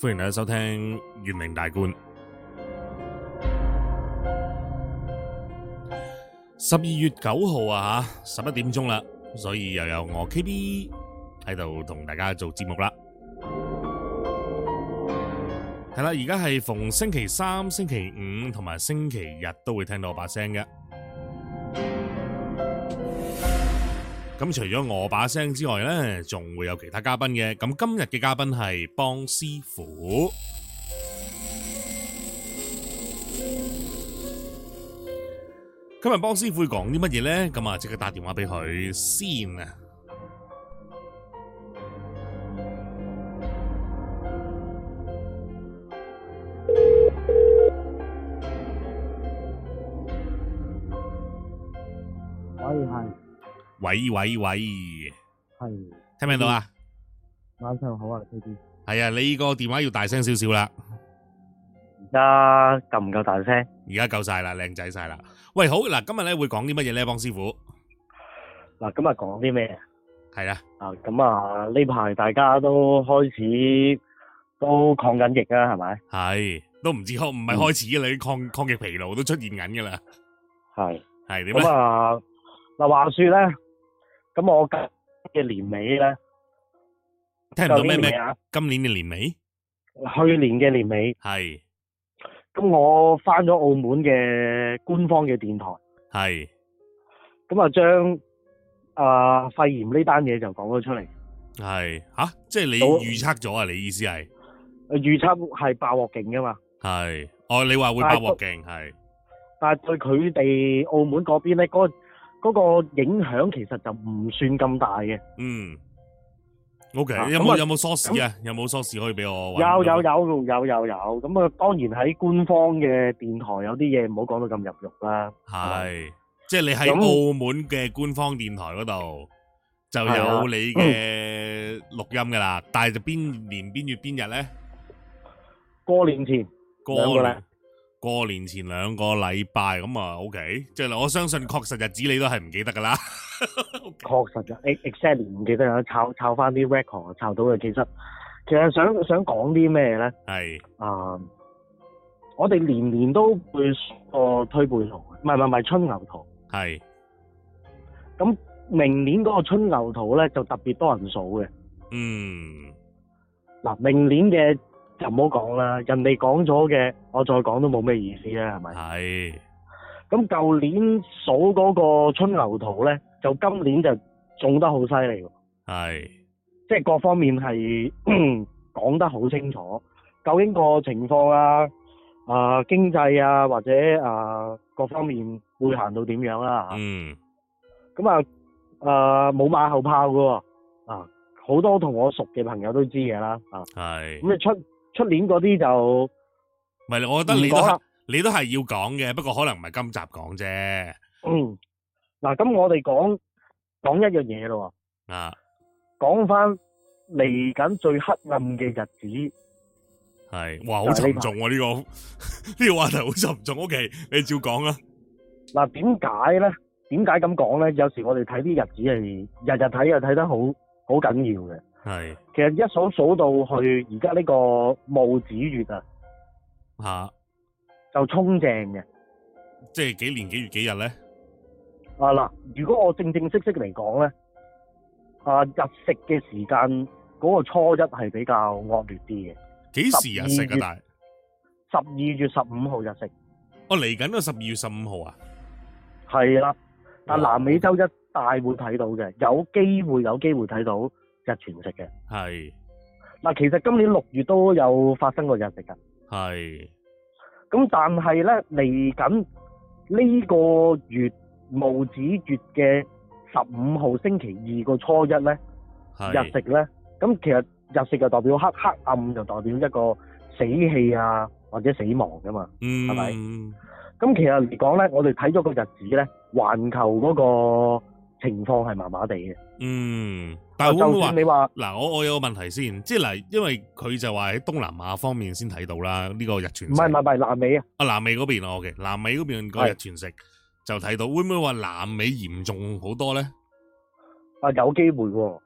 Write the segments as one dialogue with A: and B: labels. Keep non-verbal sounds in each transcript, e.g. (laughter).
A: 歡迎大家收聽《玄靈大觀》。十二月九號啊，吓十一點鐘啦，所以又有我 KB 喺度同大家做節目啦。係啦，而家係逢星期三、星期五同埋星期日都會聽到我把聲嘅。咁除咗我把聲之外呢，仲會有其他嘉賓嘅。咁今日嘅嘉賓係邦師傅。今日邦師傅會講啲乜嘢呢？咁啊，即刻打電話俾佢先啊！
B: 喂，係
A: 喂喂喂，
B: 係
A: 聽唔聽到啊？
B: 晚上好啊，K D。
A: 係啊，你個電話要大聲少少啦。
B: 而家夠唔夠大聲？
A: 而家夠晒啦，靚仔晒啦。喂，好嗱，今日咧會講啲乜嘢呢？邦師傅
B: 嗱，今日講啲咩
A: 係啦，
B: 啊？咁啊，呢排大家都開始都抗緊疫啊，係咪？
A: 係都唔知開唔係開始嘅，你抗抗疫疲勞都出現緊噶啦。
B: 係。
A: 係點
B: 咁
A: 咧？
B: 啊，嗱，話説咧，咁我今嘅年尾咧，
A: 聽唔到
B: 舊
A: 咩
B: 年年尾
A: 咩？
B: 啊，
A: 今年嘅年尾
B: 去年嘅年尾，
A: 係
B: 咁我翻咗澳門嘅官方嘅電台，
A: 係
B: 咁啊將啊肺炎呢單嘢就講咗出嚟，
A: 係吓，即係你
B: 到
A: 預測咗啊？你意思係
B: 預測係爆鑊勁噶嘛。
A: 係哦？你話會爆鑊鏡係
B: 但係對啊佢哋澳門嗰邊咧，嗰、嗰個影響其實就唔算咁大嘅。
A: 嗯？OK，
B: 啊
A: 有
B: 咁
A: 冇
B: 啊
A: 有冇 source 啊？有冇 source 可以俾我搵？啊
B: 有有有有有有，咁啊當然喺官方嘅電台有啲嘢唔好講到咁入肉啦。
A: 係，即係你喺
B: 咁
A: 澳門嘅官方電台嗰度就
B: 係啊嗯
A: 有你嘅錄音噶啦，但係就邊年邊月邊日咧？
B: 過年前兩
A: 過
B: 個
A: 年
B: 禮
A: 過年前兩個禮拜咁啊，OK，即係我相信確實日子你都係唔記得噶啦。
B: 確實嘅，ex- exactly 唔記得啦，抄抄翻啲 record 啊抄到嘅。其實其實想想講啲咩咧？
A: 係
B: 啊、我哋年年都會個推背圖，唔係唔係唔係春牛圖。
A: 係
B: 明年嗰個春牛圖咧就特別多人數嘅。
A: 嗯
B: 嗱，明年嘅就唔好講啦，人哋講咗嘅，我再講都冇咩意思啦，係咪？
A: 啊係
B: 咁舊年數嗰個春牛圖咧，就今年就中得好犀利喎，
A: 係
B: 即係各方面係 (clears throat) 講得好清楚，究竟個情況啊、啊、經濟啊或者啊各方面會行到點樣啦、
A: 嗯
B: 咁啊啊冇馬後炮嘅喎，啊好多同我熟嘅朋友都知嘅啦，啊
A: 係，
B: 咁你出出年嗰啲就〜
A: 唔係我覺得
B: 唔
A: 你都
B: 講啦
A: 係你都係要講嘅，不過可能唔係今集講啫
B: 嗯，嗱，咁我哋講講一樣嘢咯
A: 啊，
B: 喎，講翻嚟緊最黑暗嘅日子，
A: 係哇好沉重喎呢個呢個話 (laughs) 題好沉重，OK，你照講啦，
B: 嗱，點解咧？點解咁講咧？有時我哋睇啲日子係日日睇又睇得好好緊要嘅。
A: 係
B: 其實一數數到去而家呢個戊子月啊，
A: 吓，
B: 就衝正嘅。
A: 即係幾年幾月幾日咧？
B: 啊嗱，如果我正正式式嚟講咧，啊日食嘅時間嗰、個初一係比較惡劣啲嘅，
A: 幾時啊？食啊
B: 12月
A: 但係
B: 十二月十五號日食。
A: 我哦嚟緊個十二月十五號啊，
B: 係啦，但
A: 哇
B: 南美洲一帶會睇到嘅，有機會有機會睇到日全食嘅。
A: 係
B: 嗱，其實今年六月都有發生過日食㗎，
A: 係
B: 咁但係咧嚟緊呢個月戊子月嘅十五號星期二個初一咧日
A: 係。
B: 食咧，咁其實日食就代表黑黑暗，就代表一個死氣啊或者死亡㗎嘛。
A: 嗯，
B: 係咪咁其實嚟講咧，我哋睇咗個日子咧，環球嗰個情況係麻麻地嘅。
A: 嗯，但係會
B: 就
A: 唔會話
B: 算啊你話
A: 嗱？我我有個問題先，即係嗱，因為佢就話喺東南亞方面先睇到啦，呢、個日全
B: 唔
A: 食。
B: 係唔係唔係南美啊，
A: 啊，南美嗰邊啊，OK，南美嗰邊個
B: 係
A: 日全食就睇到，會唔會話南美嚴重好多咧？
B: 啊有機會喎、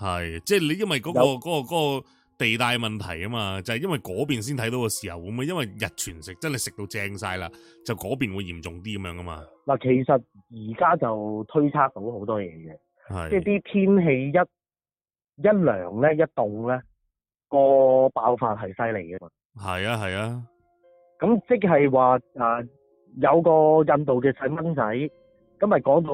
A: 係，即係你因為嗰、個
B: 有
A: 嗰、個嗰、個地帶問題啊嘛，就係、因為嗰邊先睇到個豉油，會唔會因為日全食真係食到正晒啦，就嗰邊會嚴重啲咁樣啊嘛？
B: 嗱，其實而家就推測到好多嘢嘅，即係
A: 係
B: 啲天氣一一涼咧，一凍咧，個爆發係犀利嘅。
A: 係啊係啊，
B: 咁即係話啊，有個印度嘅細蚊仔，咁咪講到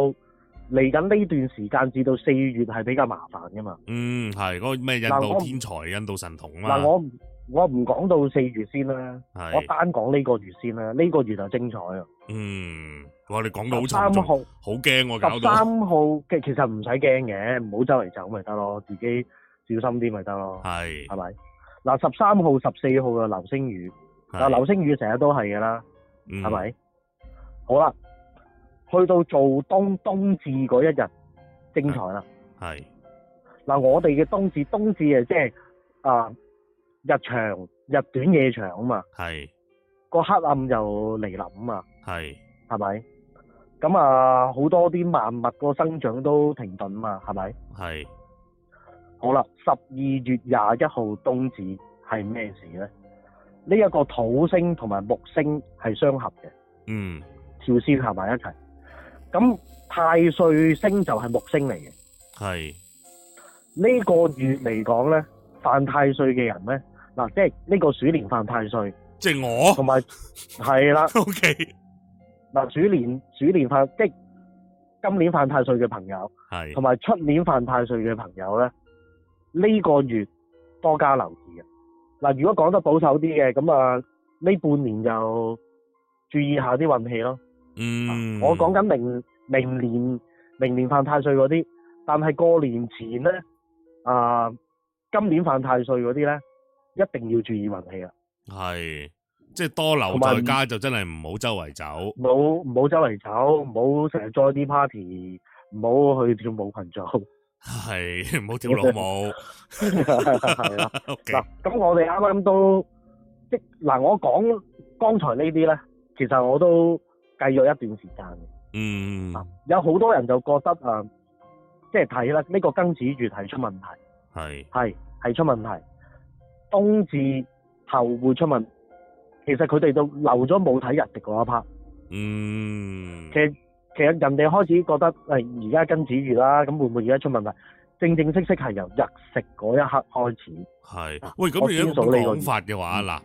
B: 嚟緊呢段時間至到四月係比較麻煩噶嘛。
A: 嗯係嗰、個咩印
B: 嗱
A: 度
B: 我
A: 天才、印度神童啊
B: 嗱，
A: 嘛，
B: 我唔我唔講到四月先啦，我
A: 係
B: 單講呢個月先啦，呢、個月就精彩啊！
A: 嗯，哇你講到好
B: 十
A: 沉
B: 三
A: 重，
B: 號，
A: 好驚我搞
B: 十
A: 到
B: 三號嘅其實唔使驚嘅，唔好周圍走咪得咯，自己小心啲咪得咯，
A: 係
B: 係咪？嗱，十三號、十四號嘅流星雨，嗱流星雨成日都係㗎啦，
A: 嗯
B: 係咪？好啦，去到做冬冬至嗰一日，精彩啦！
A: 係
B: 嗱，我哋嘅冬至，冬至啊，即係啊日長日短夜長啊嘛，
A: 係
B: 個黑暗就嚟臨啊嘛，
A: 係
B: 係咪？咁啊，好多啲萬物個生長都停頓啊嘛，係咪？
A: 係
B: 好啦，十二月廿一號冬至係咩事呢？呢、一個土星同埋木星係相合嘅，
A: 嗯
B: 條線行埋一齊。咁太歲星就係木星嚟嘅。
A: 係
B: 呢個月嚟講呢，犯太歲嘅人呢，嗱，即係呢個鼠年犯太歲，
A: 即係我
B: 同埋係啦，
A: (laughs) O K
B: 嗱，鼠年鼠年犯即係今年犯太歲嘅朋友，
A: 係
B: 同埋出年犯太歲嘅朋友呢，呢、個月多加留意嘅。嗱，如果講得保守啲嘅，咁啊呢半年就注意下啲運氣咯。
A: 嗯
B: 我講緊明明年明年犯太歲嗰啲，但係過年前呢，啊、今年犯太歲嗰啲呢，一定要注意運氣啦，啊
A: 係即係多留
B: 同埋
A: 在家就真係唔好周圍走。
B: 唔好唔好周圍走，唔好成日 join 啲 party，唔好去跳舞群組， (laughs)
A: 系唔好跳老 (laughs) 舞，
B: 係啦。
A: O K，
B: 嗱，咁我哋啱啱都即嗱，我講剛才呢啲呢，其實我都計咗一段時間嘅。
A: 嗯，
B: 啊有好多人就覺得啊，即係睇啦，呢、個庚子月係出問題。
A: 系
B: 係係出問題，冬至後會出問題。其實佢哋就留咗冇睇日食嗰一 part。
A: 嗯
B: 其，實其實人哋開始覺得誒而家庚子月啦，咁會唔會而家出問題？正正式式係由日食嗰一刻開始。
A: 系
B: 啊
A: 喂，咁
B: 我
A: 你有一
B: 先
A: 個
B: 數呢個
A: 講法嘅
B: 嗯
A: 話，嗱，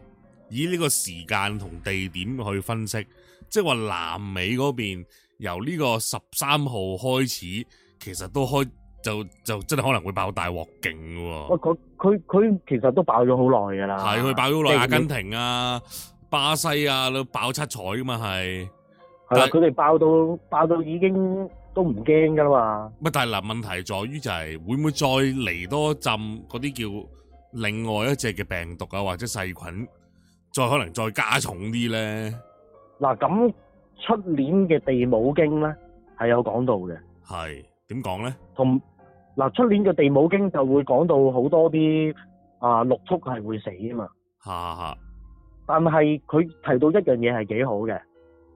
A: 以呢個時間同地點去分析，即係話南美嗰邊由呢個十三號開始，其實都開就就真係可能會爆大鑊勁嘅
B: 喂，
A: 喎，
B: 佢佢佢其實都爆咗好耐㗎啦。
A: 係佢爆咗
B: 即
A: 耐
B: 係
A: 阿根廷啊、巴西啊都爆七彩噶嘛係。
B: 係啦，
A: 但係
B: 佢哋爆到爆到已經都唔驚㗎啦嘛。
A: 咪但係嗱，問題在於就係會唔會再嚟多浸嗰啲叫另外一隻嘅病毒啊，或者細菌，再可能再加重啲咧？
B: 嗱咁出年嘅地母經咧係有講到嘅。
A: 係點講咧？
B: 同嗱出年嘅地母經就會講到好多啲啊六畜係會死啊嘛，
A: 下下
B: 但係佢提到一樣嘢係幾好嘅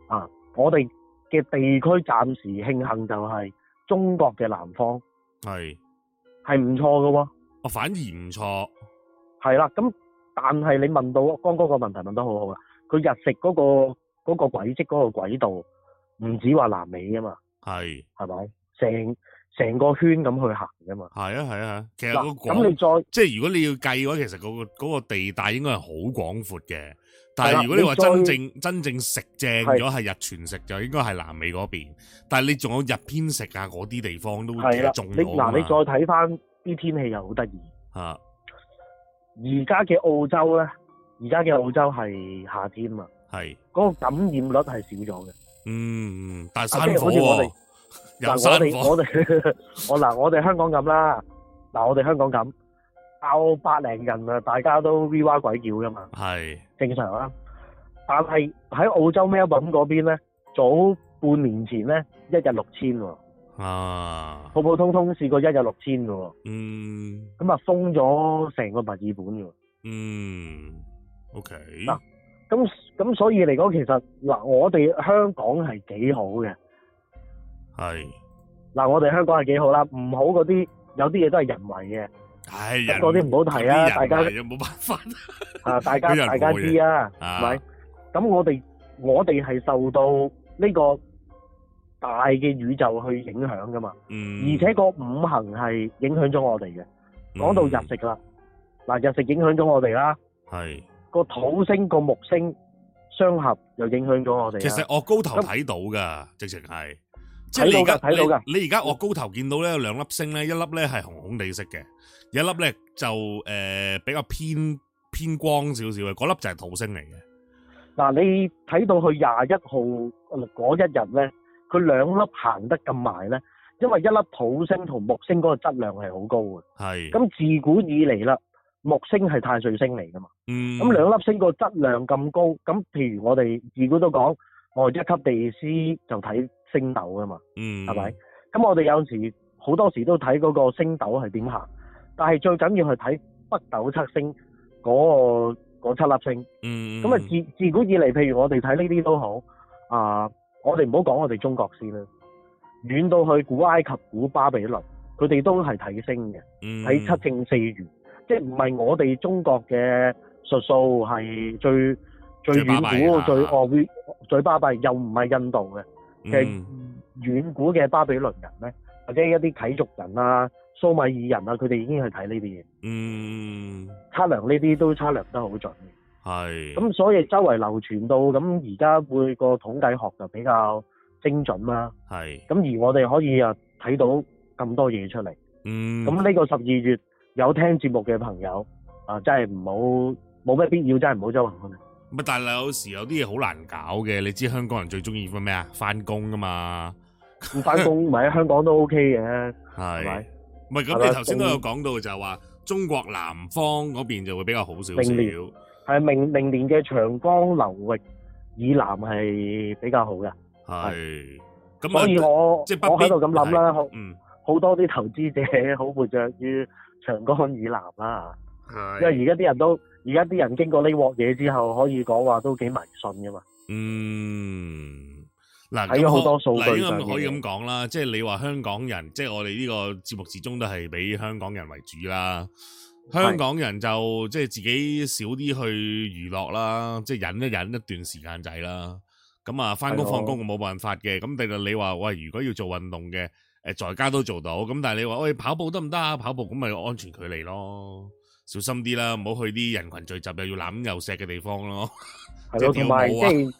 B: 啊！我哋嘅地區暫時慶幸就係中國嘅南方
A: 係
B: 係唔錯嘅喎，
A: 我反而唔錯，
B: 係啦。咁但係你問到剛剛個問題問得好好啦，啊佢日食嗰、個嗰、個軌跡嗰個軌道唔止話南美啊嘛，
A: 係
B: 係咪？成成個圈咁去行噶嘛。
A: 係啊係啊，其實個
B: 嗱，咁
A: 廣
B: 你再
A: 即係如果你要計嘅話，其實嗰、個嗰個地帶應該係好廣闊嘅。但
B: 係啦
A: 係如果你話真
B: 你再
A: 正真正食正咗係日全食，就應該係南美嗰邊。但係你仲有日偏食啊嗰啲地方都其
B: 係啦
A: 實，中啊
B: 你
A: 咗
B: 嗱，你再
A: 㗎嘛
B: 睇翻啲天氣又好得意。
A: 啊
B: 而家嘅澳洲呢，而家嘅澳洲係夏天啊嘛，
A: 係。
B: 嗰、個感染率係少咗嘅。
A: 嗯，但係
B: 啊
A: 山
B: 即係
A: 火
B: 好似我
A: 喎
B: 哋，
A: (laughs) 有
B: 嗱，我
A: 山
B: 哋
A: 火，
B: 我哋 (laughs) 我嗱，我哋香港咁啦，嗱，我哋香港咁爆百零人啊，大家都 V 哇鬼叫噶嘛，
A: 係
B: 正常啦。但係喺澳洲 Melbourne 嗰邊呢，早半年前呢，一日六千喎，
A: 啊，
B: 普普通通試過一日六千嘅喎，
A: 嗯
B: 咁啊封咗成個墨爾本嘅喎。
A: 嗯，OK，
B: 嗱咁咁所以嚟講，其實嗱，我哋香港係幾好嘅。
A: 係
B: 嗱，我哋香港係幾好啦，唔好嗰啲有啲嘢都係人為嘅，
A: 唉，
B: 不
A: 人
B: 過啲唔好提啊
A: 啲人
B: 大家
A: 嚟嘅冇辦法
B: 啊，大家
A: 俾人
B: 大家
A: 害
B: 知啊， (laughs) 係
A: 啊
B: 咪？咁我哋我哋係受到呢個大嘅宇宙去影響噶嘛，
A: 嗯，
B: 而且個五行係影響咗我哋嘅。講到日食啦，嗱日食影響咗我哋啦，
A: 系，
B: 個土星個木星相合又影響咗我哋啦。
A: 其實我高頭睇到噶，直情係，即係
B: 睇
A: 你而
B: 到
A: 家
B: 㗎睇到㗎
A: 你你而家我高頭見到咧有兩粒星咧，一粒咧係紅紅地色嘅，有一粒咧就诶比較偏偏光少少嘅，嗰粒就係土星嚟嘅。
B: 嗱，你睇到佢廿一號嗰一日咧，佢兩粒行得咁埋咧，因為一粒土星同木星嗰個質量係好高嘅。
A: 系，
B: 咁自古以嚟啦，木星係太歲星嚟噶嘛，
A: 嗯，
B: 咁兩粒星個質量咁高，咁譬如我哋自古都講，我哋一級地師就睇星斗噶嘛。
A: 嗯，
B: 係咪？咁我哋有時好多時都睇嗰個星斗係點行，但係最緊要係睇北斗七星嗰、個嗰七粒星。
A: 嗯？嗯，
B: 咁啊、自自古以嚟，譬如我哋睇呢啲都好，啊、我哋唔好講我哋中國先啦，遠到去古埃及、古巴比倫，佢哋都係睇星嘅，
A: 嗯
B: 睇七正四餘，即係唔係我哋中國嘅術數係最最
A: 最巴
B: 遠
A: 閉
B: 古
A: 啊
B: 最哦最巴閉，又唔係印度嘅。嘅
A: 嗯
B: 遠古嘅巴比倫人咧，或者一啲啟族人啊、蘇美爾人啊，佢哋已經去睇呢啲嘢，
A: 嗯，
B: 測量呢啲都測量得好準嘅。
A: 係，
B: 咁所以周圍流傳到，咁而家每個統計學就比較精準啦。
A: 係，
B: 咁而我哋可以啊睇到咁多嘢出嚟。
A: 嗯，
B: 咁呢個十二月有聽節目嘅朋友啊，真係唔好冇咩必要，真係唔好
A: (laughs)
B: 周圍去。
A: 咪啊但係有時有啲嘢好難搞嘅，你知香港人最中意咩啊？翻工噶嘛，
B: 咁翻工咪喺香港都 OK 嘅，係
A: 係
B: 咪，？
A: 唔係
B: 係
A: 咁
B: 咪
A: 你頭先都有講到就係話中國南方嗰邊就會比較好少少，
B: 明年係明明年嘅長江流域以南係比較好嘅。
A: 係，咁啊
B: 所以我
A: 即係不
B: 我
A: 必
B: 喺度咁諗啦，好
A: 嗯
B: 好多啲投資者好活躍於長江以南啦，
A: 係，
B: 因為而家啲人都而家啲人經過呢鑊嘢之後，可以講話都幾迷信噶嘛。
A: 嗯，嗱，
B: 睇咗
A: 咁
B: 好
A: 可
B: 多數
A: 嗱應
B: 據
A: 該
B: 上嘅
A: 可以
B: 嘢
A: 咁講啦，即係你話香港人，即係我哋呢個節目始終都係俾香港人為主啦。香港人就即係自己少啲去娛樂啦，即係忍一忍一段時間仔啦。咁啊，翻工
B: 係咯
A: 放工冇辦法嘅。咁第日你話喂，如果要做運動嘅，誒在家都做到。咁但係你話喂跑步得唔得啊？跑步咁咪安全距離咯，小心啲啦，唔好去啲人群聚集又要攬又錫嘅地方咯。
B: 係
A: 即係
B: 咯，
A: 跳
B: 同
A: 舞啊
B: 埋即係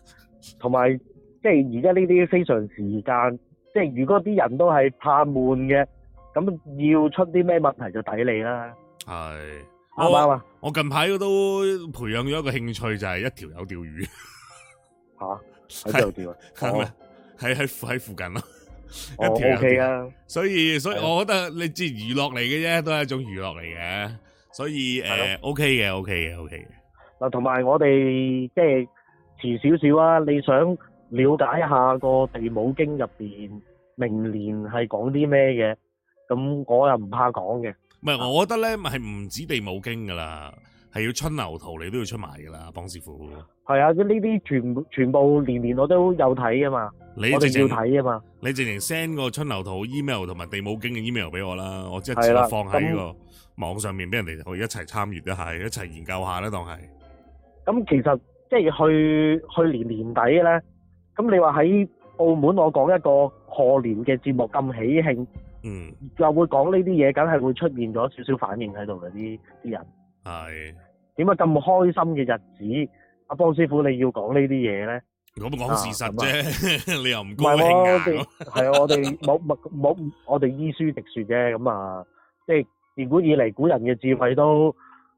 B: 同埋即係而家呢啲非常時間，即係如果啲人都係怕悶嘅，咁要出啲咩問題就抵你啦，
A: 係。
B: 啱唔啱啊？
A: 我近排都培養咗一個興趣，就係一條友釣魚，
B: 哦嚇
A: 哦
B: 喺邊度調啊？
A: 係咪喺喺喺附近咯，
B: 我
A: 一條友
B: OK
A: 釣。
B: 啊，
A: 所以所以
B: 係啊
A: 我覺得你知娛樂嚟嘅啫，都係一種娛樂嚟嘅。所以
B: 係
A: 誒 OK 嘅，OK 嘅，OK 嘅。
B: 嗱，同埋我哋即係遲少少啊，你想了解一下個地母經入邊明年係講啲咩嘅，咁我又唔怕講嘅。
A: 唔係，我覺得咧係唔止地母經噶啦，係要春牛圖你都要出埋噶啦，邦師傅。
B: 係啊，呢啲全部全部年年我都有睇噶嘛，
A: 你
B: 我
A: 直
B: 哋要
A: 情
B: 睇啊嘛，
A: 你直情 send 個春牛圖 email 同埋地母經嘅 email 俾我啦，我即係
B: 係啦
A: 放喺個網上面俾人哋可以一齊參與一下，一齊研究下啦，當係。
B: 咁其實即係去去年年底咧，咁你話喺澳門我講一個賀年嘅節目咁喜慶，
A: 嗯，
B: 又會講呢啲嘢，梗係會出現咗少少反應喺度嘅啲啲人。
A: 係。
B: 點解咁開心嘅日子，阿邦師傅你要講呢啲嘢
A: (laughs)
B: 咧？
A: 咁講事實啫， (laughs) 你又唔
B: 啊唔
A: 高
B: 係
A: 興
B: 喎，我
A: 啊？
B: 哋係啊我哋冇冇冇，我哋依書直説啫。咁啊，即係自古以嚟古人嘅智慧都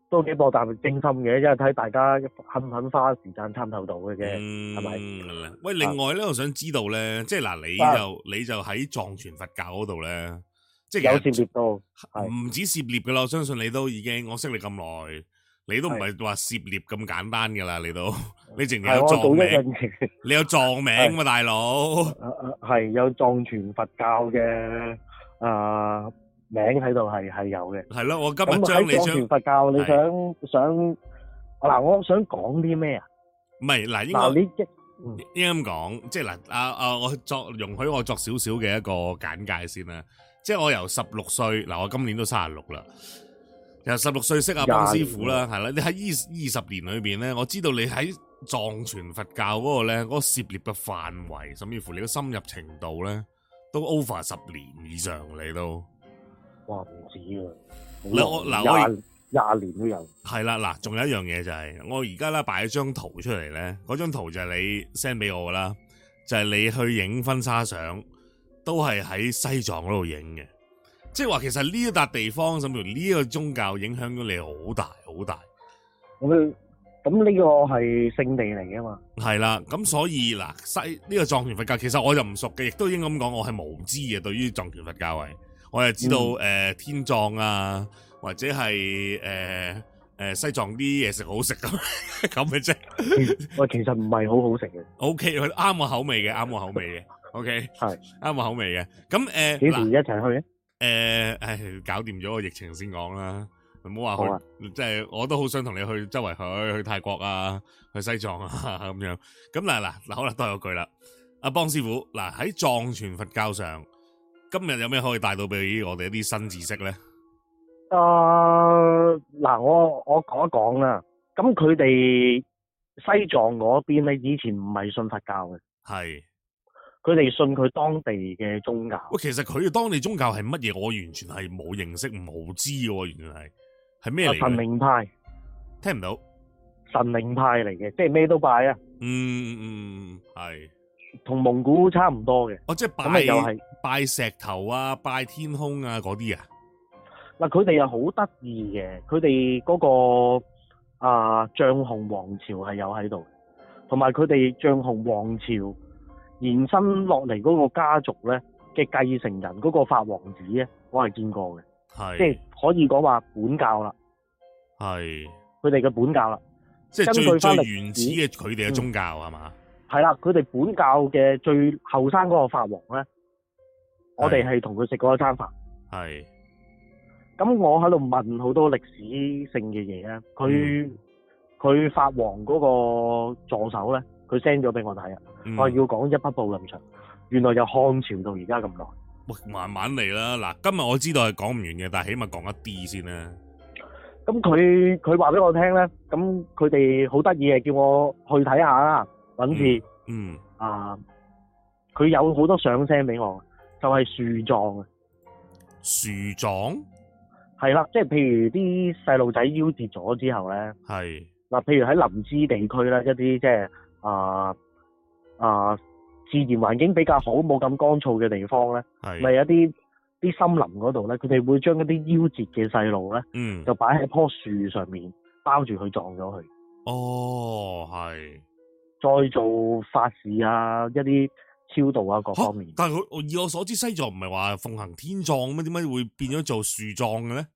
B: 都幾博大精深嘅，因為睇大家肯唔肯花時間參透到嘅
A: 嗯
B: 啫。係咪
A: 咪？喂，另外咧，我想知道咧，即係嗱，你
B: 啊
A: 就你就喺藏傳佛教嗰度咧，即
B: 有
A: 係其
B: 涉
A: 實
B: 獵到，係
A: 唔止涉獵噶啦，我相信你都已經，我識你咁耐，你都唔係話涉獵咁簡單噶啦，你
B: (laughs)
A: 都你淨係
B: 係
A: 有
B: 我
A: 藏
B: 做一樣
A: 名，
B: 嘢，
A: 你有藏名嘛，大佬？
B: (laughs) 啊啊係有藏傳佛教嘅啊名喺度係係有嘅。
A: 係咯，我今
B: 咁
A: 日將你
B: 喺藏
A: 將
B: 傳佛教，你
A: 係
B: 想想嗱，我想講啲咩啊？
A: 唔係嗱，應該
B: 嗱，你一
A: 應該咁講，即係嗱，啊啊，我作容許我作少少嘅一個簡介先啦。即係我由十六歲，嗱，我今年都三十六啦。由十六歲識阿
B: 廿
A: 邦師傅啦，係啦。你喺二二十年裏邊咧，我知道你喺藏傳佛教嗰個咧，嗰、個涉獵嘅範圍，甚至乎你嘅深入程度咧，都 over 十年以上嚟到。
B: 哇唔止啊！
A: 嗱我嗱我
B: 廿廿年都有，
A: 係啦，嗱，仲有一樣嘢就係、我而家咧擺咗張圖出嚟咧，嗰張圖就係你 send 俾我噶啦，就係、你去影婚紗相，都係喺西藏嗰度影嘅，即係話其實呢一笪地方，甚至乎呢一個宗教影響咗你好大好大。
B: 咁咁呢個係聖地嚟噶
A: (laughs)
B: 嘛？
A: 係啦，咁所以嗱，西呢、個藏傳佛教其實我就唔熟嘅，亦都應該咁講，我係無知嘅。對於藏傳佛教係，我係知道誒、呃天葬啊，或者係誒誒西藏啲嘢食好食咁咁嘅啫。
B: 喂，其實唔係好好食嘅，
A: O K，佢啱我口味嘅，啱我口味嘅。O K，
B: 係
A: 啱我口味嘅。咁誒
B: 幾
A: 嗱
B: 時一齊去咧？啊
A: 誒，唉，搞掂咗個疫情先講啦。唔好話
B: 好啊
A: 去，即係我都好想同你去周圍去，去泰國啊，去西藏啊 (laughs) 咁樣。咁嗱嗱嗱，好啦，多有句啦。阿邦師傅，嗱喺藏傳佛教上，今日有咩可以帶到俾我哋一啲新知識咧？
B: 啊，嗱，我我講一講啦。咁佢哋西藏嗰邊咧，以前唔係信佛教嘅，
A: 係，
B: 佢哋信佢當地嘅宗教。
A: 喂，其實佢當地宗教係乜嘢？我完全係冇認識，冇知嘅喎，完全係係咩嚟
B: 啊神
A: 嘅？
B: 靈派，
A: 聽唔到。
B: 神靈派嚟嘅，即係咩都拜啊，
A: 嗯嗯嗯，係。
B: 同蒙古差唔多嘅。
A: 哦，即係拜
B: 咁咪又係
A: 拜石頭啊，拜天空啊嗰啲啊。
B: 嗱，佢哋又好得意嘅，佢哋嗰個啊象雄王朝係有喺度嘅，同埋佢哋象雄王朝延伸落嚟嗰個家族咧嘅繼承人嗰個法王子咧，我係見過嘅。
A: 係，
B: 即係可以講話本教啦，
A: 係，
B: 佢哋嘅本教啦，
A: 即係
B: 根據
A: 最
B: 返
A: 最
B: 歷
A: 原始嘅佢哋嘅宗教係嘛？
B: 係啦，佢哋本教嘅最後生嗰個法王咧，我哋係同佢食過一餐飯。
A: 係，
B: 咁我喺度問好多歷史性嘅嘢咧，佢
A: 嗯
B: 佢、法王嗰個助手咧，佢 send 咗俾我睇啊，
A: 嗯
B: 我要講一匹布咁長，原來由漢朝到而家咁耐。
A: 喂慢慢嚟啦。嗱，今日我知道係講唔完嘅，但係起碼講一啲先啦。
B: 咁佢佢話俾我聽咧，咁佢哋好得意嘅，叫我去睇下啦，揾次。
A: 嗯，
B: 啊，佢有好多相 send 俾我，就係、樹葬啊，
A: 樹狀
B: 係啦，即係譬如啲細路仔夭折咗之後咧，
A: 係，
B: 嗱，譬如喺林芝地區啦，一啲即係啊啊自然環境比較好、冇咁乾燥嘅地方咧，咪
A: 係，
B: 有啲啲森林嗰度咧，佢哋會將一啲夭折嘅細路咧，
A: 嗯，
B: 就擺喺棵樹上面包住佢撞咗佢，
A: 哦，係。
B: 再做法事啊，一啲超度啊各
A: 嚇
B: 方面。
A: 但係佢我以我所知，西藏唔係話奉行天葬咩？點解會變咗做樹葬嘅咧？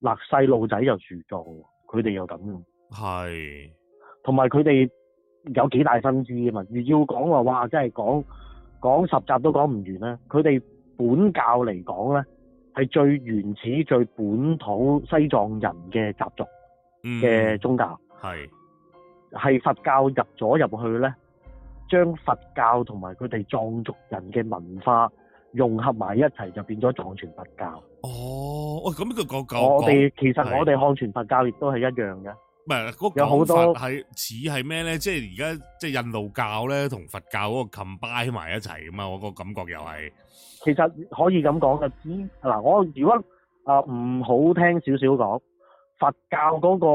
B: 嗱，細路仔就樹葬喎，佢哋又咁喎
A: 係，
B: 同埋佢哋有幾大分支啊嘛。如要講話，哇，真係講講十集都講唔完啦。佢哋本教嚟講咧，係最原始、最本土西藏人嘅習俗
A: 嗯，
B: 嘅宗教，
A: 係，
B: 係、佛教入咗入去咧，將佛教同埋佢哋藏族人嘅文化融合埋一齊，就變咗藏傳佛教。
A: 哦，喂，咁呢個講講
B: 我
A: 講
B: 哋其實
A: 係
B: 我哋漢傳佛教亦都係一樣嘅。
A: 唔係嗰個
B: 有好
A: 講法
B: 多
A: 係似係咩咧？即係而家即係印度教咧同佛教嗰個 combine 埋一齊咁啊！我個感覺又係
B: 其實可以咁講嘅，只嗱我如果啊唔好聽少少講，佛教嗰個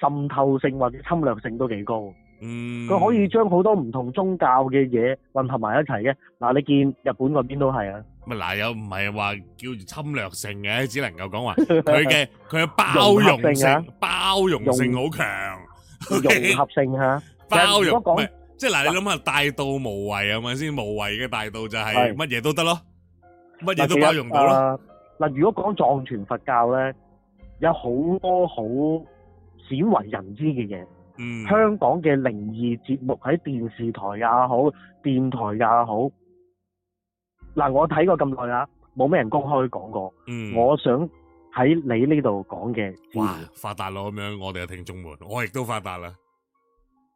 B: 滲透性或者侵略性都幾高，
A: 嗯，
B: 佢可以將好多唔同宗教嘅嘢混合埋一齊嘅。嗱，你見日本嗰邊都
A: (laughs)
B: 係啊，
A: 咪嗱又唔係話叫做侵略性嘅，只能夠
B: (laughs)
A: 講話佢嘅佢嘅包容
B: 性啊
A: 性包容性好強，
B: 融合性嚇，
A: 包
B: 如
A: 容
B: 果
A: 唔
B: 講
A: 係即係嗱，你諗下大道無為係咪先？無為嘅大道就係
B: 係
A: 乜嘢都得咯，乜
B: 嗱
A: 嘢都
B: 其實
A: 包容到咯，
B: 啊嗱，如果講藏傳佛教咧，有好多好鮮為人知嘅嘢。
A: 嗯，
B: 香港嘅靈異節目喺電視台也好，電台也好，嗱我睇過咁耐啦，冇咩人公開講過。
A: 嗯
B: 我想喺你呢度講嘅資料
A: 哇，發達咯咁樣，我哋嘅聽眾們，我亦都發達啦。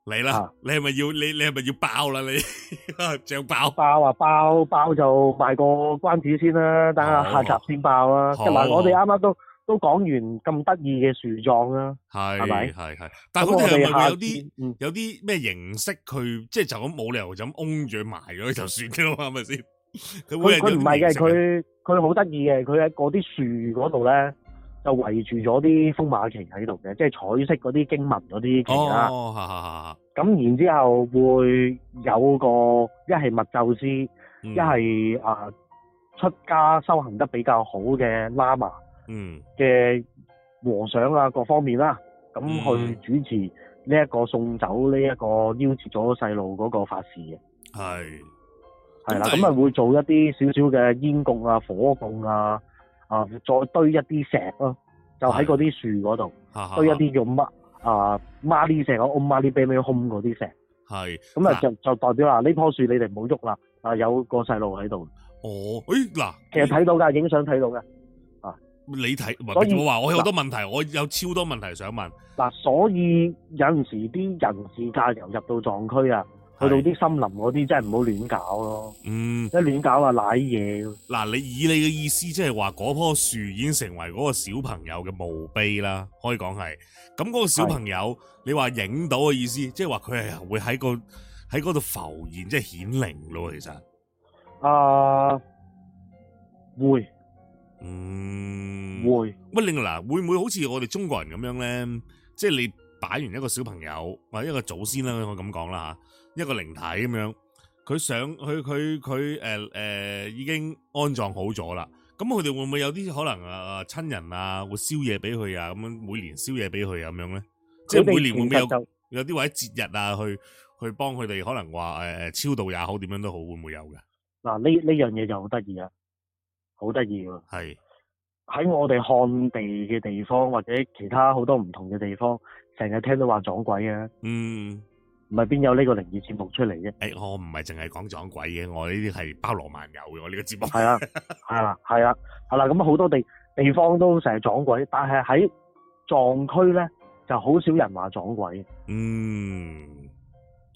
A: 你啦，
B: 啊
A: 你係咪要你你係 (laughs) 咪要爆啦？你想爆？
B: 爆啊爆爆就賣個關子先啦，等下
A: 好
B: 下集先爆啦。
A: 哦好
B: 嗱，我哋啱啱都都講完咁得意嘅樹狀啦。係咪
A: 係係係，但係
B: 咁
A: 佢
B: 我
A: 哋係
B: 哋
A: 咪會
B: 下
A: 有啲
B: 次嗯
A: 有啲咩形式？佢即係就咁冇理由就咁擁住佢埋咗佢就算嘅啦嘛，係咪先？佢會係
B: 佢佢
A: 有啲
B: 唔係嘅，
A: 形式嘅
B: 佢佢好得意嘅，佢喺嗰啲樹嗰度咧就圍住咗啲風馬旗喺度嘅，即係彩色嗰啲經文嗰啲旗啦。
A: 哦，嚇嚇嚇嚇
B: 咁然之後會有個一係密咒師，
A: 嗯
B: 一係啊出家修行得比較好嘅喇嘛
A: 嗯
B: 嘅和尚啊，各方面啦，咁
A: 嗯
B: 去主持呢一個送走呢一個夭折咗細路嗰個法事嘅，
A: 係
B: 係啦，
A: 咁但係
B: 咁啊會做一啲少少嘅煙供啊、火供啊，啊再堆一啲石咯、就喺嗰啲樹嗰度
A: 嚇嚇
B: 堆一啲叫乜啊孖呢石啊、嗡孖呢啤咩空嗰啲石。
A: 係
B: 咁啊
A: 嗱
B: 就就代表啦，呢棵樹你哋唔好喐啦，啊有個細路喺度，
A: 哦，誒嗱，
B: 其實睇到㗎，影相睇到㗎。
A: 你睇，唔
B: 所以
A: 係我話我有好多問題，我有超多問題想問。
B: 嗱、所以有陣時啲人事假由入到藏區啊，去到啲森林嗰啲真係唔好亂搞咯，
A: 嗯，
B: 一亂搞啊舐嘢㗎。
A: 嗱，你以你嘅意思，即係話嗰棵樹已經成為嗰個小朋友嘅墓碑啦，可以講係。咁嗰個小朋友，你話影到嘅意思，即係話佢係會喺個喺嗰度浮現，即係顯靈咯。其實，
B: 啊，會
A: 嗯，
B: 會
A: 乜另嗱，會唔會好似我哋中國人咁樣咧？即係你擺完一個小朋友或者一個祖先啦，我咁講啦嚇，一個靈體咁樣，佢上佢佢佢誒誒已經安葬好咗啦。咁佢哋會唔會有啲可能啊親人啊會燒嘢俾佢啊咁樣每年燒嘢俾佢啊咁樣咧？即係
B: 佢哋
A: 每年會唔會
B: 其實
A: 有
B: 就
A: 有啲或者節日啊去去幫佢哋可能話誒誒超度也好點樣都好會唔會有嘅？
B: 嗱呢呢樣嘢就好得意啊，好得意喎！
A: 係
B: 喺我哋漢地嘅地方或者其他好多唔同嘅地方，成日聽到話撞鬼啊，
A: 嗯。
B: 唔係邊有呢個靈異節目出嚟啫？
A: 誒、我唔係淨係講撞鬼嘅，我呢啲係包羅萬有嘅，我呢個節目。
B: 係啦，啊係啦，係啦，係啦，咁好多地地方都成日撞鬼，但係喺藏區咧就好少人話撞鬼，
A: 嗯，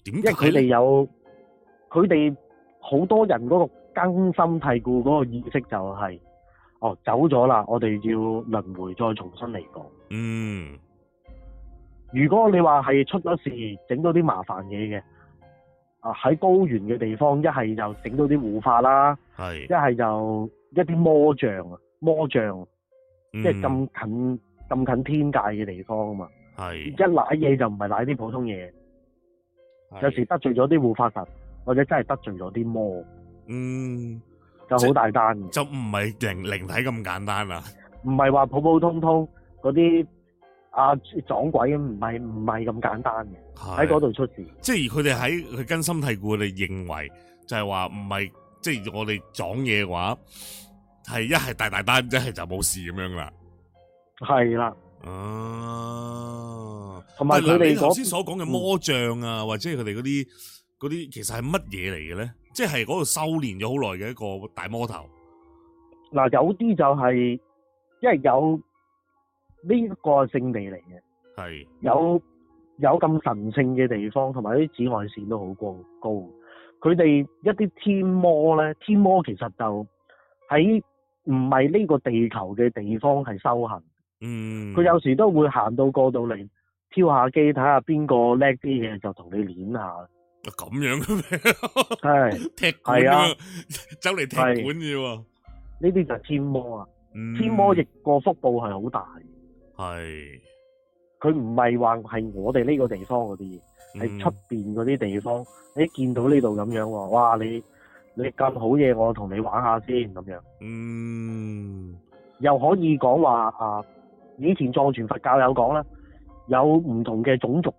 A: 點
B: 因
A: 解
B: 為佢哋
A: 咧
B: 有佢哋好多人嗰個根深蒂固嗰個意識就係、哦走咗啦，我哋要輪迴再重新嚟過。
A: 嗯
B: 如果你話係出咗事，整到啲麻煩嘢嘅，啊喺高原嘅地方，一係就整到啲護法啦，一
A: 係
B: 係就一啲魔像啊，魔像。
A: 嗯即
B: 即係咁近咁近天界嘅地方啊嘛，一
A: 係
B: 舐嘢就唔係舐啲普通嘢，有時得罪咗啲護法神，或者真係得罪咗啲魔，
A: 嗯
B: 就
A: 即
B: 好大單嘅，
A: 就唔係靈靈體咁簡單啦，
B: 唔係話普普通通嗰啲啊撞鬼咁，唔係唔係咁簡單嘅，喺
A: 喺
B: 嗰度出事，
A: 即係佢哋喺佢根深蒂固，佢哋認為就係話唔係，即係我哋撞嘢嘅話，係一係大大單，一係就冇事咁樣啦。
B: 係啦，
A: Ờ. 哦、
B: 同埋佢
A: 但係嗱
B: 哋
A: 你頭
B: 嗰
A: 先所講嘅
B: 嗯
A: 魔像啊，或者係佢哋嗰啲嗰啲，其實係乜嘢嚟嘅咧？即係嗰度修練咗好耐嘅一個大魔頭。
B: 嗱有啲就係因為有呢一個係聖地嚟嘅，
A: 係，
B: 有有咁神聖嘅地方，同埋啲紫外線都好高高。佢哋一啲天魔咧，天魔其實就喺唔係呢個地球嘅地方係修行，
A: 嗯，
B: 佢、有時都會行到過度嚟挑下機，睇下邊個叻啲嘅就同你攣下。
A: 咁樣嘅咩？ (laughs)
B: 係
A: 踢館
B: 係啊
A: 咁樣， (laughs) 走嚟踢館嘅喎。
B: 呢啲就係天魔啊！
A: 嗯
B: 天魔亦個福報係好大，
A: 係
B: 佢唔係話係我哋呢個地方嗰啲嘢。
A: 嗯
B: 喺出邊嗰啲地方，你見到呢度咁樣喎，哇！你你咁好嘢，我同你玩下先咁樣，
A: 嗯，
B: 又可以講話啊，以前藏傳佛教有講啦，有唔同嘅種族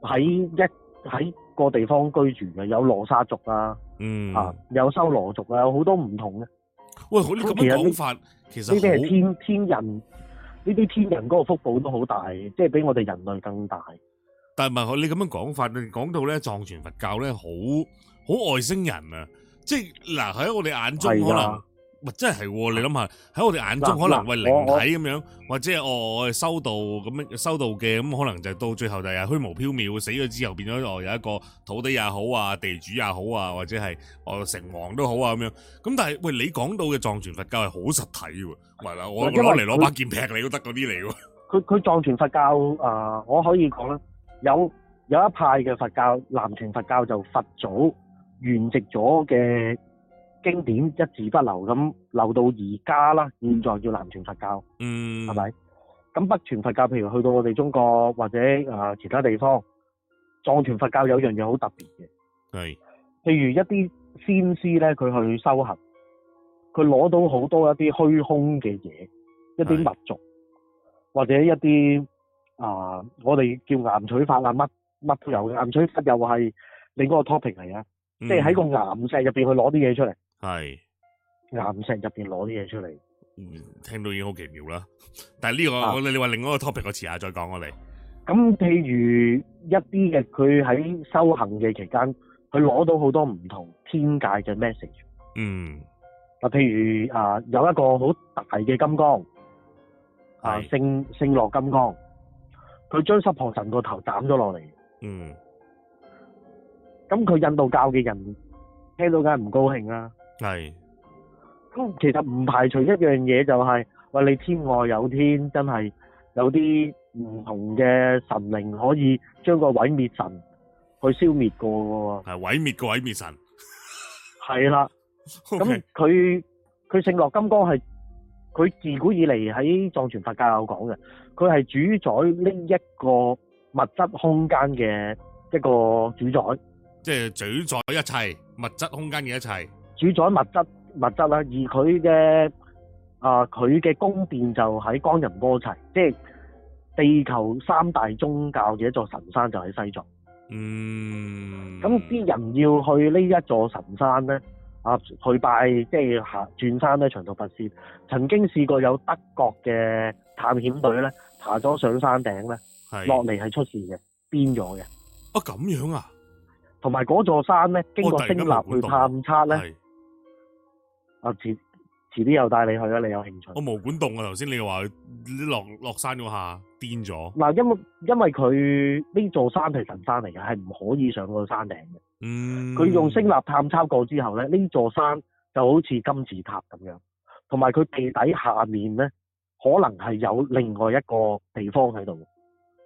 B: 喺一喺個地方居住嘅，有羅刹族啊，
A: 嗯
B: 啊
A: 嗯，
B: 有修羅族啊，有好多唔同嘅，呢
A: 喂，好呢咁
B: 其
A: 樣
B: 實呢
A: 講法，其實
B: 啲係
A: 好
B: 天天人。呢啲天人嗰個福報都好大嘅，即係比我哋人類更大。
A: 但係唔係你咁樣講法，你講到咧藏傳佛教咧，好好外星人啊！即係嗱喺我哋眼中
B: 係
A: 可
B: 㗎
A: 能喂，真係喎！你諗下喺我哋眼中，
B: 嗱
A: 可能
B: 嗱
A: 喂
B: 我
A: 靈體咁樣，或者哦我係修道咁樣修道嘅，咁可能就到最後就係虛無縹緲，死咗之後變咗哦有一個土地也好啊，地主也好啊，或者係哦城隍都好啊咁樣。咁但係喂，你講到嘅藏傳佛教係好實體喎，喂啦，我我
B: 嗱因為
A: 攞嚟攞把
B: 佢
A: 劍劈你都得嗰啲嚟喎。
B: 佢佢藏傳佛教啊、我可以講啦，有有一派嘅佛教，南傳佛教就佛祖原籍咗嘅經典一字不留咁留到而家啦，現在叫南傳佛教，
A: 嗯，
B: 係咪？咁北傳佛教譬如去到我哋中國或者啊、其他地方，藏傳佛教有樣嘢好特別嘅。
A: 係
B: 譬如一啲先師咧，佢去修行，佢攞到好多一啲虛空嘅嘢，一啲物族，或者一啲啊、我哋叫岩取法啊，乜乜都有嘅。岩取法又係你嗰個 topic 嚟啊，
A: 即
B: 即係喺個岩石入邊去攞啲嘢出嚟，
A: 係。
B: 岩石入邊攞啲嘢出嚟。
A: 嗯聽到已經好奇妙啦， (laughs) 但係呢個
B: 啊
A: 我你你話另外一個 topic 我遲下再講我哋，
B: 咁譬如一啲嘅佢喺修行嘅期間，佢攞到好多唔同天界嘅 message。
A: 嗯
B: 嗱，譬如啊、有一個好大嘅金剛，啊，
A: 係
B: 聖聖樂金剛，佢將濕婆神個頭斬咗落嚟，
A: 嗯
B: 咁佢印度教嘅人聽到梗係唔高興啦。
A: 係
B: 咁其實唔排除一樣嘢就係、喂，你天外有天，真係有啲唔同嘅神靈可以將個毀滅神去消滅過嘅喎。
A: 係毀滅個毀滅神 (laughs)
B: 係啦。咁
A: ，OK
B: 佢佢聖樂金剛係佢自古以嚟喺藏傳佛教有講嘅，佢係主宰呢一個物質空間嘅一個主宰，
A: 即係主宰一切物質空間嘅一切，
B: 主宰物質物質啦。而佢嘅啊佢嘅宮殿就喺江仁波齊，即係地球三大宗教嘅一座神山就喺西藏。
A: 嗯，
B: 咁啲人要去呢一座神山咧，啊，去拜即係行轉山咧，長途跋涉。曾經試過有德國嘅探險隊咧，爬咗上山頂咧，落
A: 係
B: 嚟係出事嘅，變咗嘅。
A: 啊咁樣啊，
B: 同埋嗰座山咧，經
A: 我
B: 過
A: 哦突
B: 聲
A: 然間
B: 納
A: 冇
B: 去
A: 諗
B: 探測咧，
A: 係
B: 啊遲遲啲又帶你去啦，你有興趣
A: 我？毛管動啊，頭先你話佢落落山嗰下癲咗，
B: 嗱，因為因為佢呢座山係神山嚟嘅，係唔可以上嗰個山頂嘅。
A: 嗯，
B: 佢用聲納探測過之後咧，呢座山就好似金字塔咁樣，同埋佢地底下面咧，可能係有另外一個地方喺度，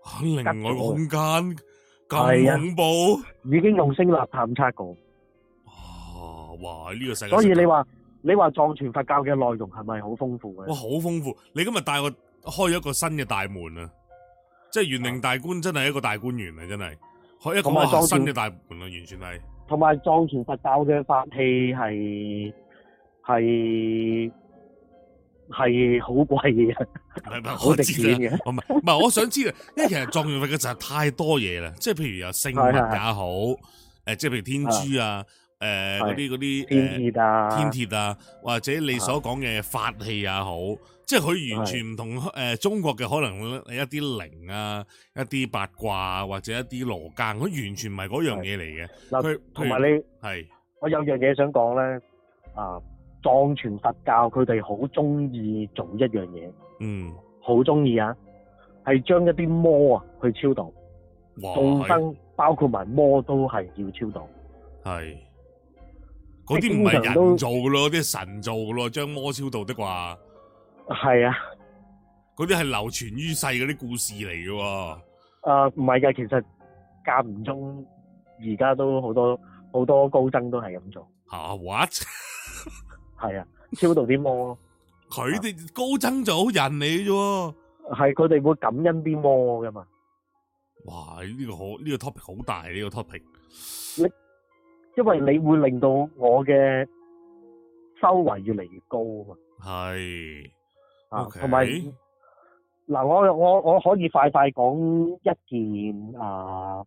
A: 啊另外個空間
B: 係
A: 咁
B: 啊
A: 恐怖，
B: 已經用聲納探測過。
A: 啊哇呢個世界
B: 所以你話你話藏傳佛教嘅內容係咪好豐富
A: 哇，
B: 嘅？
A: 好豐富！你今日帶我開咗一個新嘅大門啊！即係元寧大觀真係一個大觀園啊！真係開一個
B: 同埋
A: 哇
B: 當
A: 新
B: 然
A: 嘅大門啊！完全係
B: 同埋藏傳佛教嘅法器係係係好貴嘅，
A: 唔係唔係
B: 好
A: 我
B: 值
A: 知啦
B: 錢，嘅。
A: 唔係唔係我想知啊！因為其實藏傳佛教實在太多嘢啦，即係譬如有聖物也好，誒即係譬如天珠啊，誒嗰啲嗰啲誒
B: 天鐵啊，
A: 天鐵啊，或者你所講嘅法器也好，即係佢完全唔同誒中國嘅可能一啲靈啊、一啲八卦啊或者一啲羅庚，佢完全唔係嗰樣嘢嚟嘅。
B: 嗱
A: 佢
B: 同埋你。
A: 系
B: 我有樣嘢想講咧，啊，藏傳佛教佢哋好中意做一樣嘢，
A: 嗯，
B: 好中意啊，係將一啲魔啊去超度，
A: 哇，
B: 眾生包括埋魔都係要超度。
A: 系嗰啲唔係
B: 經常都
A: 人做嘅咯，嗰啲係神做嘅咯，將魔超度的啩，
B: 係啊，
A: 嗰啲係流傳於世嗰啲故事嚟嘅喎。
B: 啊唔係㗎，其實間唔中而家都好多好多高僧都係咁做，
A: 吓 what？
B: 係啊，超度啲魔咯，
A: 佢
B: 啊
A: 哋高僧就好人嚟嘅啫喎。
B: 係佢哋會感恩啲魔㗎嘛。
A: 哇！呢、個好呢、個 topic 好大呢、個 topic。
B: 因為你會令到我嘅修為越嚟越高啊嘛。
A: 係
B: 啊
A: OK，
B: 同埋嗱，我我我可以快快講一件啊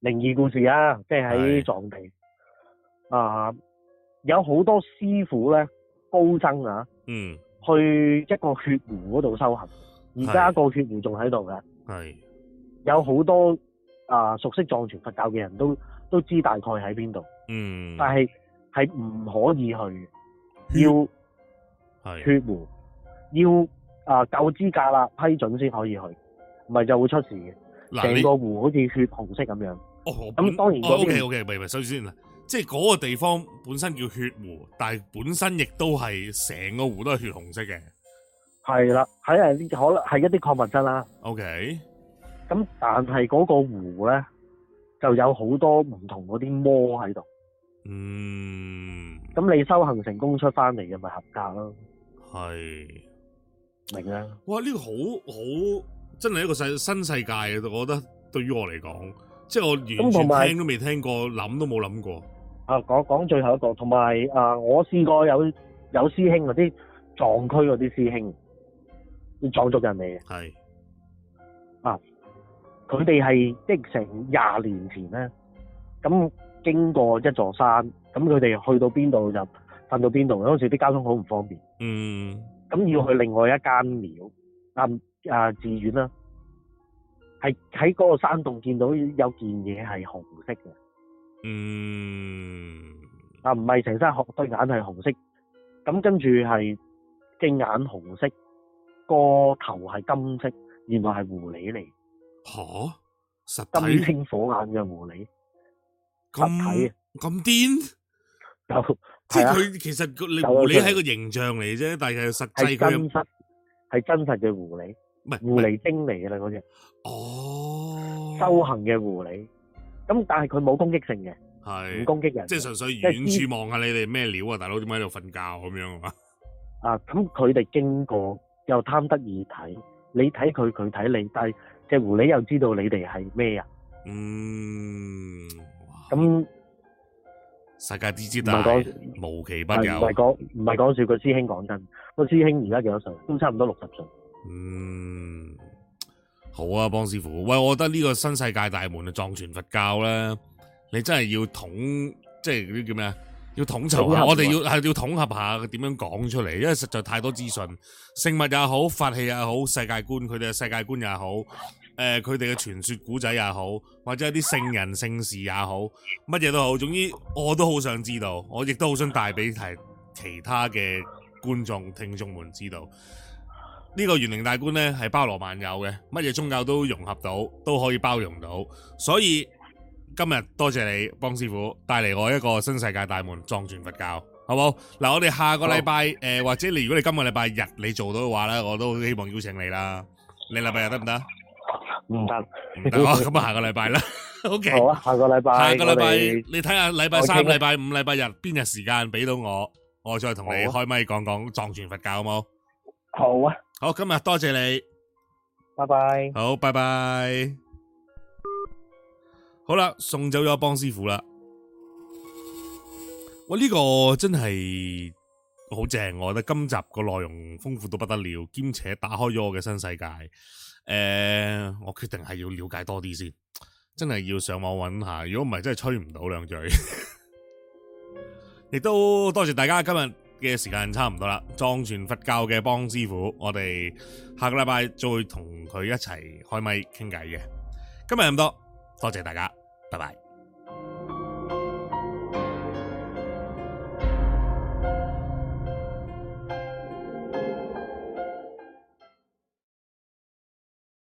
B: 靈異故事啊，即係
A: 係
B: 喺藏地啊，有好多師傅咧高僧啊，
A: 嗯
B: 去一個血湖嗰度修行，而家個血湖仲喺度嘅，
A: 係
B: 有好多啊熟悉藏傳佛教嘅人都都知大概喺邊度，
A: 嗯，
B: 但係係唔可以去嘅，
A: 血
B: 要
A: 係
B: 脱湖，要啊夠資格啦，批准先可以去，唔係就會出事嘅。
A: 嗱，
B: 成
A: 你
B: 個湖好似血紅色咁樣，
A: 哦，我
B: 咁當然
A: O
B: 嗰邊
A: K O K，唔係唔係，首先嗱，即係嗰個地方本身叫血湖，但係本身亦都係成個湖都係血紅色嘅。
B: 係啦，喺係呢可能係一啲礦物質啦。
A: O K，
B: 咁但係嗰個湖咧就有好多唔同嗰啲魔喺度。
A: 嗯，
B: 咁你修行成功出翻嚟嘅咪合格咯，
A: 係。
B: 明啊啦。
A: 哇！呢、個好好真係一個世新世界嘅，我覺得對於我嚟講，即係我
B: 咁
A: 完
B: 同埋
A: 全聽都未聽過，諗都冇諗過。
B: 啊，講講最後一個，同埋啊，我試過有有師兄嗰啲撞區嗰啲師兄，要撞足人嚟嘅。
A: 係
B: 佢哋係即係成廿年前咧，咁經過一座山，咁佢哋去到邊度就瞓到邊度。嗰陣時啲交通好唔方便，
A: 嗯
B: 咁要去另外一間廟啊啊寺院啦。係喺嗰個山洞見到有件嘢係紅色嘅，
A: 嗯，
B: 啊唔係成身紅對眼係紅色，咁跟住係隻眼紅色，個頭係金色，原來係狐狸嚟，
A: 吓、實
B: 金
A: 體
B: 睛火眼嘅狐狸，實
A: 咁
B: 體
A: 咁癲，
B: 就
A: 即
B: 係
A: 係
B: 啊。
A: 佢其實個你
B: 有有
A: 狐狸
B: 出嚟
A: 係個形象嚟啫，但係實際
B: 係
A: 佢
B: 真
A: 又唔
B: 實，係真實嘅狐狸，
A: 係唔
B: 狐
A: 係
B: 狸精嚟嘅啦嗰只，
A: 哦，
B: 修行嘅狐狸。咁但係佢冇攻擊性嘅，唔
A: 係
B: 攻擊人嘅。
A: 即係純粹
B: 係
A: 遠處望下你哋咩料啊，大佬點解喺度瞓覺咁樣啊？
B: 啊，咁佢哋經過又貪得意睇，你睇佢，佢睇你，但係只狐狸又知道你哋係咩人。
A: 嗯，哇
B: 咁
A: 世界之之
B: 唔
A: 大
B: 係，講
A: 無奇不
B: 啊唔
A: 有
B: 係。講唔係講笑，個師兄講真，個師兄而家幾多歲？都差唔多六十歲。
A: 嗯，好啊，邦師傅。喂，我覺得呢個新世界大門啊，藏傳佛教咧，你真係要統，即係嗰啲叫咩啊？要統籌
B: 統合
A: 下，
B: 啊
A: 我哋要係要統合下佢點樣講出嚟，因為實在太多資訊，聖物也好，法器也好，世界觀佢哋嘅世界觀也好，誒佢哋嘅傳說古仔也好，或者一啲聖人聖事也好，乜嘢都好，總之我都好想知道，我亦都好想帶俾提其他嘅觀眾聽眾們知道。呢個玄靈大觀呢係包羅萬有嘅，乜嘢宗教都融合到，都可以包容到。所以今日多謝你，邦師傅帶嚟我一個新世界大門藏傳佛教，好冇？嗱，我哋下個禮拜誒，或者你如果你今個禮拜日你做到嘅話呢，我都希望邀請你啦。你禮拜日得唔得？哦
B: 唔得，
A: 唔得啊，咁啊下個禮拜啦。OK，(laughs)
B: 嗯好啊，下個禮拜，
A: 下個禮拜
B: 我哋
A: 你睇下禮拜三、
B: 我哋
A: 禮拜五、禮拜日邊日時間俾到我，我再同你
B: 好啊
A: 開咪講講藏傳佛教，好冇？
B: 好啊，
A: 好，今日多謝你。
B: 拜拜。
A: 好，拜拜。好啦，送走咗邦師傅啦。哇，呢、個真係好正，我覺得今集個內容豐富到不得了，兼且打開咗我嘅新世界。诶、我決定係要了解多啲先，真係要上網揾下，如果唔係真係吹唔到兩嘴。亦都多謝大家今日嘅時間差唔多啦，藏傳佛教嘅邦師傅，我哋下個禮拜再同佢一齊開咪傾偈嘅。今日咁多，多謝大家，拜拜。